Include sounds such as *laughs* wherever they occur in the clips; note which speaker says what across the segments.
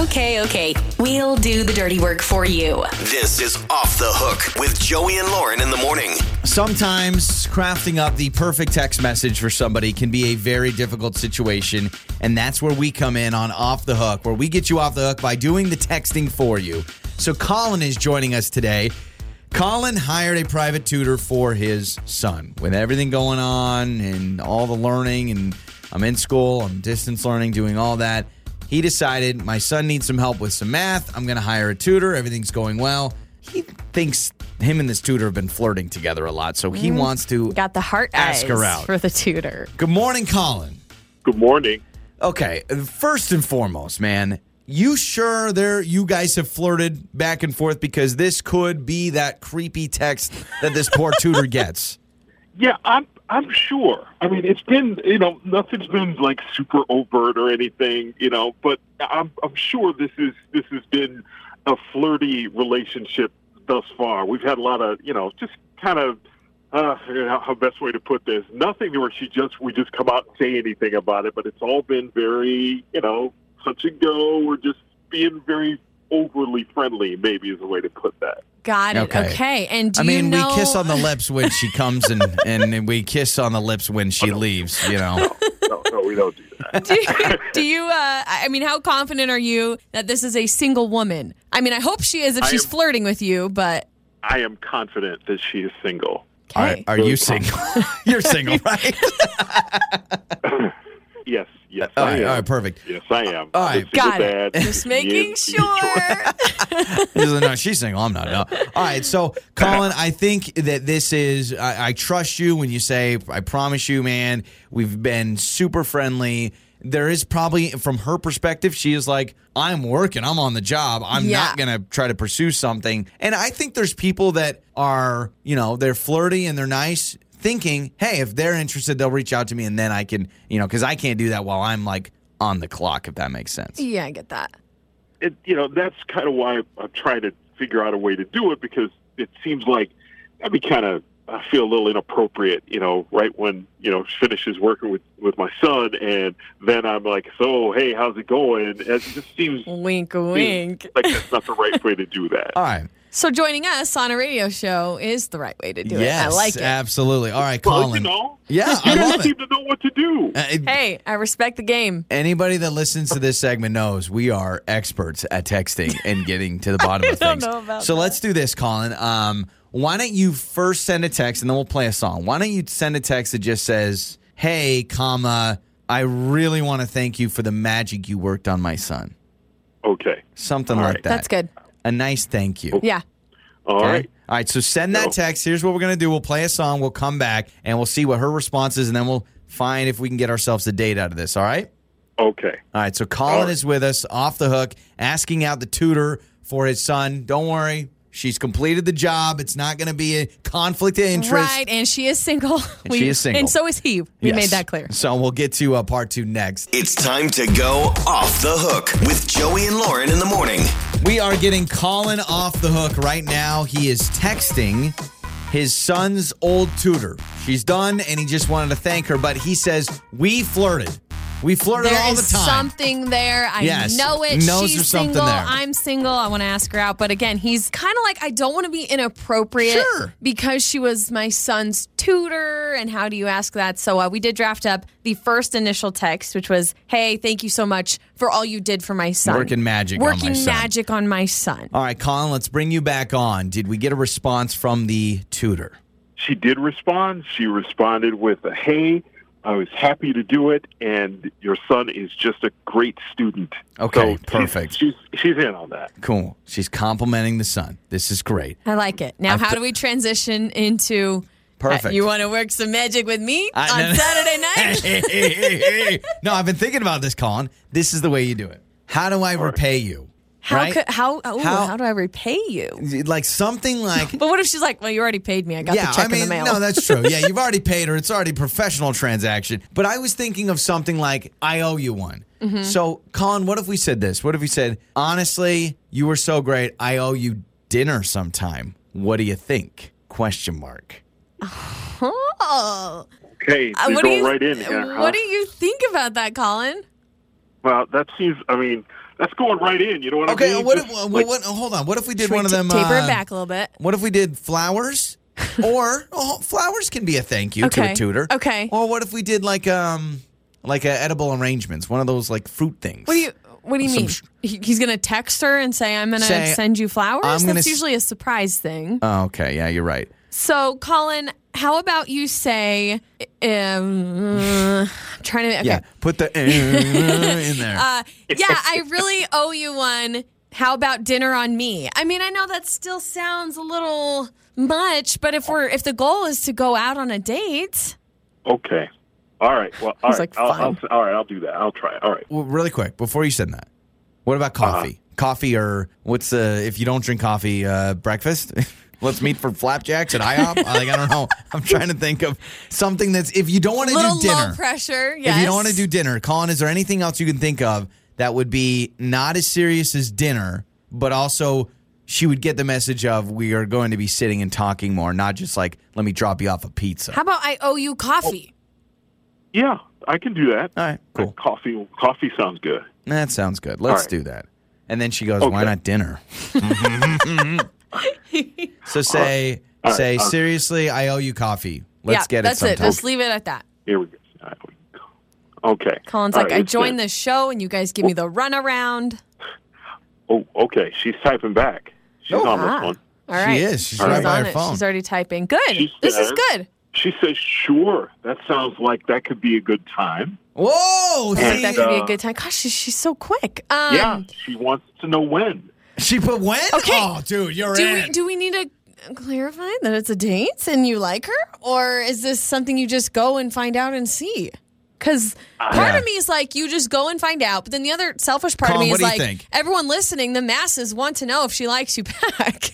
Speaker 1: Okay, okay. We'll do the dirty work for you.
Speaker 2: This is Off the Hook with Joey and Lauren in the morning.
Speaker 3: Sometimes crafting up the perfect text message for somebody can be a very difficult situation. And that's where we come in on Off the Hook, where we get you off the hook by doing the texting for you. So Colin is joining us today. Colin hired a private tutor for his son. With everything going on and all the learning, and I'm in school, I'm distance learning, doing all that. He decided my son needs some help with some math. I'm going to hire a tutor. Everything's going well. He thinks him and this tutor have been flirting together a lot, so he wants to
Speaker 4: Mm-hmm. Got the heart
Speaker 3: Ask
Speaker 4: eyes
Speaker 3: her out.
Speaker 4: for the tutor.
Speaker 3: Good morning, Colin.
Speaker 5: Good morning.
Speaker 3: Okay, first and foremost, man, you sure there you guys have flirted back and forth because this could be that creepy text that this
Speaker 4: *laughs*
Speaker 3: poor tutor gets.
Speaker 5: Yeah, I'm I'm sure. I mean, it's been you know nothing's been like super overt or anything, you know, but I'm I'm sure this is this has been a flirty relationship thus far. We've had a lot of you know just kind of. Uh, I don't know how best way to put this? Nothing where she just we just come out and say anything about it, but it's all been very you know touch and go. We're just being very overly friendly, maybe is the way to put that.
Speaker 4: Got it.
Speaker 3: Okay.
Speaker 4: Okay. And do
Speaker 3: I mean,
Speaker 4: you know,
Speaker 3: we kiss on the lips when she comes and, and we kiss on the lips when she leaves, you know.
Speaker 5: No, no, we don't do that.
Speaker 4: do, do you? Uh, I I mean, how confident are you that this is a single woman? I mean, I hope she is if
Speaker 5: I
Speaker 4: she's
Speaker 5: am-
Speaker 4: flirting with you, but
Speaker 5: I am confident that she is single.
Speaker 3: Are,
Speaker 4: okay.
Speaker 3: are you single? *laughs* You're single, right?
Speaker 5: Yes, yes,
Speaker 3: All
Speaker 5: I
Speaker 3: right,
Speaker 5: am.
Speaker 3: all right, perfect.
Speaker 5: Yes, I am.
Speaker 3: All right.
Speaker 5: Just single
Speaker 4: Got it.
Speaker 5: dad.
Speaker 4: Just making
Speaker 5: Yes,
Speaker 4: sure.
Speaker 3: He's like, no, she's single. I'm not. No. All right. So, Colin, I think that this is, I, I trust you when you say, I promise you, man, we've been super friendly. There is probably, from her perspective, she is like, I'm working, I'm on the job, I'm
Speaker 4: Yeah.
Speaker 3: not going to try to pursue something. And I think there's people that are, you know, they're flirty and they're nice, thinking, hey, if they're interested, they'll reach out to me and then I can, you know, because I can't do that while I'm like on the clock, if that makes sense.
Speaker 4: yeah, I get that.
Speaker 5: it, you know, that's kind of why I'm trying to figure out a way to do it because it seems like that'd be kind of, I feel a little inappropriate, you know, right when, you know, she finishes working with, with my son. And then I'm like, so, hey, how's it going? It just seems
Speaker 4: Wink, wink.
Speaker 5: like that's not the right way to do
Speaker 3: *laughs*
Speaker 5: that.
Speaker 3: All right.
Speaker 4: So joining us on a radio show is the right way to do
Speaker 3: yes,
Speaker 4: it. I like it.
Speaker 3: Absolutely. All right,
Speaker 5: well,
Speaker 3: Colin.
Speaker 5: you know,
Speaker 3: Yeah, I
Speaker 5: you
Speaker 3: love
Speaker 5: don't seem
Speaker 3: it.
Speaker 5: to know what to do.
Speaker 3: Uh, it-
Speaker 4: *laughs* hey, I respect the game.
Speaker 3: Anybody that listens to this segment knows we are experts at texting and getting
Speaker 4: *laughs*
Speaker 3: to the bottom of
Speaker 4: don't
Speaker 3: things.
Speaker 4: know about
Speaker 3: so let's do this, Colin. Um, why don't you first send a text and then we'll play a song? Why don't you send a text that just says, "Hey, comma, I really want to thank you for the magic you worked on my son."
Speaker 5: Okay.
Speaker 3: Something
Speaker 5: All
Speaker 3: like
Speaker 5: right.
Speaker 3: that.
Speaker 4: That's good.
Speaker 3: A nice thank you.
Speaker 4: Yeah.
Speaker 5: All
Speaker 3: Okay?
Speaker 5: right.
Speaker 3: All right. So send that
Speaker 5: Go.
Speaker 3: text. Here's what we're going to do. We'll play a song. We'll come back and we'll see what her response is. And then we'll find if we can get ourselves a date out of this. All right.
Speaker 5: Okay.
Speaker 3: All right. So Colin
Speaker 5: All right.
Speaker 3: is with us off the hook, asking out the tutor for his son. Don't worry. She's completed the job. It's not going to be a conflict of interest.
Speaker 4: Right. And she is single.
Speaker 3: And she is single.
Speaker 4: And so is he. *laughs* We
Speaker 3: Yes.
Speaker 4: made that clear.
Speaker 3: So we'll get to uh, part two next.
Speaker 2: It's time to go off the hook with Joey and Lauren in the morning.
Speaker 3: We are getting Colin off the hook right now. He is texting his son's old tutor. She's done, and he just wanted to thank her, but he says, We flirted. We flirted
Speaker 4: There
Speaker 3: all the
Speaker 4: is
Speaker 3: time.
Speaker 4: something there. I
Speaker 3: Yes.
Speaker 4: know it.
Speaker 3: Knows
Speaker 4: She's
Speaker 3: there's something
Speaker 4: single.
Speaker 3: there.
Speaker 4: I'm single. I want to ask her out. But again, he's kind of like, I don't want to be inappropriate
Speaker 3: Sure.
Speaker 4: because she was my son's tutor. And how do you ask that? So uh, we did draft up the first initial text, which was, Hey, thank you so much for all you did for my son.
Speaker 3: Working magic on my
Speaker 4: Working
Speaker 3: son. Uh,
Speaker 4: magic on my son.
Speaker 3: all right, Colin, let's bring you back on. Did we get a response from the tutor?
Speaker 5: she did respond. She responded with a hey, I was happy to do it, and your son is just a great student.
Speaker 3: Okay,
Speaker 5: So she's-
Speaker 3: perfect.
Speaker 5: She's, she's in on that.
Speaker 3: Cool. She's complimenting the son. This is great.
Speaker 4: I like it. Now,
Speaker 3: I've
Speaker 4: how
Speaker 3: t-
Speaker 4: do we transition into uh,
Speaker 3: Perfect.
Speaker 4: you want to work some magic with me
Speaker 3: *laughs* I-
Speaker 4: on
Speaker 3: no, no.
Speaker 4: Saturday night?
Speaker 3: *laughs* Hey, hey, hey, hey. No, I've been thinking about this, Colin. This is the way you do it. How do I repay you?
Speaker 4: How
Speaker 3: right?
Speaker 4: could how, ooh,
Speaker 3: How-
Speaker 4: how do I repay you?
Speaker 3: like something
Speaker 4: *laughs*
Speaker 3: like
Speaker 4: But what if she's like, well, you already paid me. I got
Speaker 3: yeah,
Speaker 4: the check
Speaker 3: I mean,
Speaker 4: in the mail.
Speaker 3: no, that's true. Yeah, you've already paid her. It's already a professional transaction. But I was thinking of something like I owe you one.
Speaker 4: Mm-hmm.
Speaker 3: So, Colin, what if we said this? What if we said, honestly, you were so great. I owe you dinner sometime. What do you think? Question mark.
Speaker 4: oh,
Speaker 5: Okay,
Speaker 4: Uh,
Speaker 5: you
Speaker 4: what
Speaker 5: go
Speaker 4: do you
Speaker 5: right in here.
Speaker 4: what
Speaker 5: huh?
Speaker 4: do you think about that, Colin?
Speaker 5: well, that seems. I mean, that's going right in. You know what I
Speaker 3: Okay,
Speaker 5: mean?
Speaker 3: what if,
Speaker 5: Just,
Speaker 3: well,
Speaker 5: like,
Speaker 3: what, hold on. What if we did
Speaker 4: Should we
Speaker 3: one of
Speaker 4: ta-
Speaker 3: them?
Speaker 4: Taper
Speaker 3: uh,
Speaker 4: it back a little bit.
Speaker 3: What if we did
Speaker 4: *laughs*
Speaker 3: flowers? or oh, flowers can be a thank you to
Speaker 4: Okay.
Speaker 3: a tutor.
Speaker 4: Okay.
Speaker 3: Or what if we did like um like a edible arrangements, one of those like fruit things.
Speaker 4: What do you What do you
Speaker 3: Some
Speaker 4: mean?
Speaker 3: sh-
Speaker 4: He- He's gonna text her and say, "I'm gonna
Speaker 3: Say,
Speaker 4: send you flowers."
Speaker 3: "I'm gonna
Speaker 4: That's
Speaker 3: s-
Speaker 4: usually a surprise thing.
Speaker 3: Oh, okay, yeah, you're right.
Speaker 4: So, Colin, how about you say? Um, I'm trying to. Okay.
Speaker 3: Yeah, put the uh,
Speaker 4: *laughs*
Speaker 3: in there.
Speaker 4: Uh,
Speaker 5: *laughs*
Speaker 4: yeah, I really owe you one. How about dinner on me? I mean, I know that still sounds a little much, but if we're if the goal is to go out on a date,
Speaker 5: okay, all right. Well, all
Speaker 4: He's
Speaker 5: right.
Speaker 4: like,
Speaker 5: I'll,
Speaker 4: fine.
Speaker 5: I'll, all right. I'll do that. I'll try. it. All right.
Speaker 3: well, really quick before you said that, what about coffee? Coffee or what's uh if you don't drink coffee, uh, breakfast? *laughs* Let's meet for flapjacks at IHOP. like I don't know. I'm trying to think of something that's if you don't want to
Speaker 4: little
Speaker 3: do dinner.
Speaker 4: low pressure. Yes.
Speaker 3: If you don't want to do dinner, Colin, is there anything else you can think of that would be not as serious as dinner, but also she would get the message of we are going to be sitting and talking more, not just like let me drop you off a pizza.
Speaker 4: how about I owe you coffee?
Speaker 3: Oh,
Speaker 5: Yeah, I can do that.
Speaker 3: All right, cool.
Speaker 5: Coffee. Coffee sounds good.
Speaker 3: That sounds good. Let's
Speaker 5: right.
Speaker 3: do that. And then she goes, why
Speaker 5: Okay.
Speaker 3: not *laughs* dinner? so say say seriously, I owe you coffee. Let's
Speaker 4: yeah,
Speaker 3: get it
Speaker 4: that's it.
Speaker 3: sometime.
Speaker 4: Just leave it at that.
Speaker 5: Here we go. All right, we go. Okay.
Speaker 4: Colin's
Speaker 5: All
Speaker 4: like,
Speaker 5: right,
Speaker 4: I
Speaker 5: it's
Speaker 4: joined
Speaker 5: good.
Speaker 4: the show, and you guys give me the runaround.
Speaker 5: Oh, okay. She's typing back. She's on
Speaker 4: Ah,
Speaker 5: this one.
Speaker 4: All right.
Speaker 3: She is. She's
Speaker 4: She's
Speaker 3: right by
Speaker 4: on
Speaker 3: her
Speaker 4: it.
Speaker 3: phone.
Speaker 4: She's already typing. Good.
Speaker 5: She's
Speaker 4: this is
Speaker 5: there.
Speaker 4: good.
Speaker 5: She says, "Sure, that sounds like that could be a good time."
Speaker 3: Whoa!
Speaker 4: I
Speaker 3: see?
Speaker 4: think that could be a
Speaker 5: uh,
Speaker 4: good time. Gosh, she, she's so quick. Um,
Speaker 5: yeah, she wants to know when.
Speaker 3: she put when?
Speaker 4: Okay.
Speaker 3: Oh, dude, you're
Speaker 4: Do
Speaker 3: in.
Speaker 4: we, do we need to clarify that it's a date and you like her? Or is this something you just go and find out and see? Because part
Speaker 3: Yeah.
Speaker 4: of me is like, you just go and find out. But then the other selfish part
Speaker 3: Colin,
Speaker 4: of me
Speaker 3: what
Speaker 4: is
Speaker 3: do you
Speaker 4: like,
Speaker 3: think?
Speaker 4: everyone listening, the masses want to know if she likes you *laughs* back.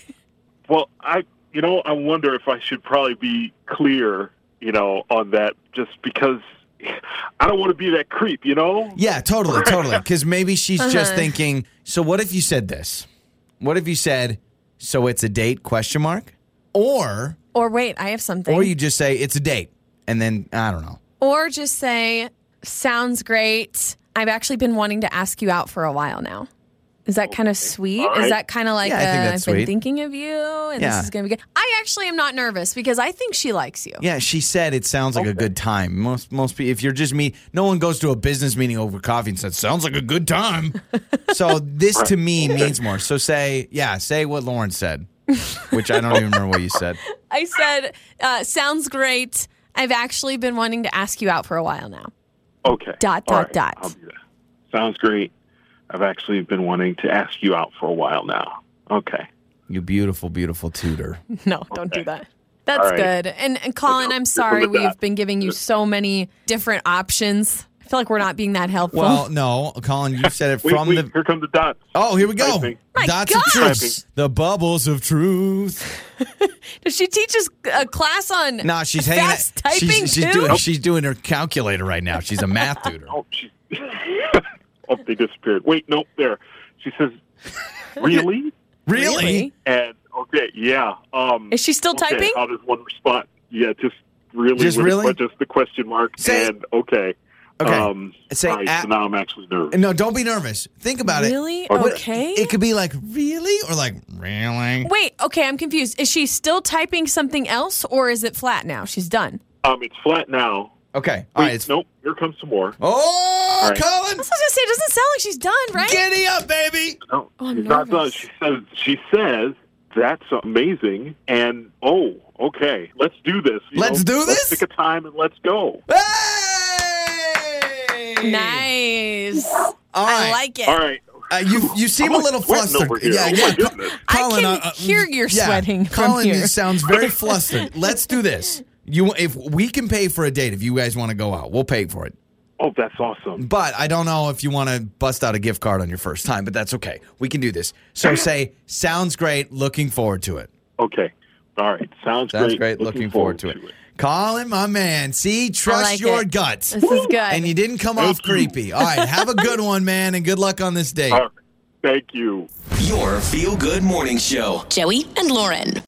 Speaker 5: Well, I, you know, I wonder if I should probably be clear, you know, on that, just because *laughs* I don't want to be that creep, you know.
Speaker 3: Yeah, totally, totally. Because maybe she's just thinking. So what if you said this? What if you said, "So it's a date?" Question mark. Or
Speaker 4: or wait, I have something.
Speaker 3: or you just say it's a date, and then I don't know.
Speaker 4: or just say, sounds great. I've actually been wanting to ask you out for a while now. Is that kind of sweet?
Speaker 5: All
Speaker 4: Is
Speaker 5: right.
Speaker 4: that kind of like
Speaker 3: Yeah, I think
Speaker 4: a,
Speaker 3: that's
Speaker 4: I've
Speaker 3: sweet.
Speaker 4: been thinking of you and
Speaker 3: Yeah.
Speaker 4: this is going to be good? I actually am not nervous because I think she likes you.
Speaker 3: Yeah, she said it sounds like a good time. Most most people, if you're just me, no one goes to a business meeting over coffee and says sounds like a good time. so this to me means more. So say yeah, say what Lauren said, which I don't even remember what you said.
Speaker 4: I said, uh, sounds great. I've actually been wanting to ask you out for a
Speaker 3: *laughs*
Speaker 4: while now.
Speaker 5: Okay.
Speaker 4: Dot,
Speaker 5: All
Speaker 4: dot,
Speaker 5: right,
Speaker 4: dot.
Speaker 5: I'll do that. Sounds great. I've actually been wanting to ask you out for a while now. Okay.
Speaker 3: You beautiful, beautiful tutor.
Speaker 4: No, don't do that. That's
Speaker 5: right.
Speaker 4: good. And, and Colin, I'm sorry
Speaker 5: with
Speaker 4: we've
Speaker 5: that.
Speaker 4: been giving you so many different options. I feel like we're not being that helpful.
Speaker 3: Well, no, Colin, you said it
Speaker 5: Wait,
Speaker 3: from
Speaker 5: wait,
Speaker 3: the
Speaker 5: here come the dots.
Speaker 3: Oh, here we go.
Speaker 5: Typing.
Speaker 4: My
Speaker 3: Dots of
Speaker 4: God.
Speaker 3: truth. The bubbles of truth.
Speaker 4: Does she teaches a class on
Speaker 3: No, she's hanging.
Speaker 4: fast
Speaker 3: out-
Speaker 4: typing
Speaker 3: she's, she's
Speaker 4: too?
Speaker 3: doing. She's doing her calculator right now. She's a math
Speaker 4: *laughs*
Speaker 3: tutor.
Speaker 5: Oh, she. *laughs* oh, they disappeared. Wait, nope, there. She says, "Really?"
Speaker 3: Really?
Speaker 4: Really?
Speaker 5: and okay, yeah. Um,
Speaker 4: Is she still
Speaker 5: okay,
Speaker 4: typing?
Speaker 5: How does one respond? Yeah, just really,
Speaker 3: Just
Speaker 5: with-
Speaker 3: really?
Speaker 5: but just the question mark
Speaker 3: Say-
Speaker 5: and okay.
Speaker 3: Okay.
Speaker 5: Um,
Speaker 3: Say
Speaker 5: all right,
Speaker 3: at-
Speaker 5: so now I'm actually nervous.
Speaker 3: No, don't be nervous. Think about
Speaker 4: Really?
Speaker 3: it. Or what-
Speaker 4: Okay.
Speaker 3: It could be like really or like really.
Speaker 4: Wait, okay, I'm confused. Is she still typing something else or is it flat now? She's done.
Speaker 5: Um, it's flat now.
Speaker 3: Okay.
Speaker 5: Wait,
Speaker 3: All right. It's,
Speaker 5: nope. Here comes some more.
Speaker 3: Oh,
Speaker 5: All right.
Speaker 3: Colin,
Speaker 4: I was gonna say it doesn't sound like she's done, right?
Speaker 3: giddy up, baby.
Speaker 5: No,
Speaker 4: Oh, I'm
Speaker 5: she's not done.
Speaker 4: nervous.
Speaker 5: She says. She says that's amazing. And oh, okay, let's do this. you
Speaker 3: Let's
Speaker 5: know,
Speaker 3: do
Speaker 5: Let's
Speaker 3: this?
Speaker 5: pick a time and let's go.
Speaker 3: Hey!
Speaker 4: Nice.
Speaker 3: All
Speaker 4: I
Speaker 3: right.
Speaker 4: like it.
Speaker 5: All right.
Speaker 3: Uh, you you seem
Speaker 5: I'm
Speaker 3: a little
Speaker 5: sweating
Speaker 3: flustered.
Speaker 5: over here.
Speaker 3: Yeah,
Speaker 5: Oh, my
Speaker 3: yeah.
Speaker 5: goodness.
Speaker 4: I
Speaker 3: Colin,
Speaker 4: can
Speaker 3: uh, uh,
Speaker 4: hear you're sweating from
Speaker 3: Colin
Speaker 4: here.
Speaker 3: sounds
Speaker 4: *laughs*
Speaker 3: very flustered. Let's do this. You, if we can pay for a date, if you guys want to go out, we'll pay for it.
Speaker 5: Oh, that's awesome.
Speaker 3: But I don't know if you want to bust out a gift card on your first time, but that's okay. We can do this. So say, sounds great. Looking forward to it.
Speaker 5: Okay. All right. Sounds
Speaker 3: Sounds
Speaker 5: great.
Speaker 3: great. Looking, forward, to, it. Colin, my man. See, trust
Speaker 4: like
Speaker 3: your
Speaker 4: it.
Speaker 3: gut.
Speaker 4: This is good.
Speaker 3: And you didn't come off creepy. All right, have a
Speaker 5: *laughs*
Speaker 3: good one, man, and good luck on this date.
Speaker 5: All right. Thank you.
Speaker 2: Your feel good morning show.
Speaker 1: Joey and Lauren.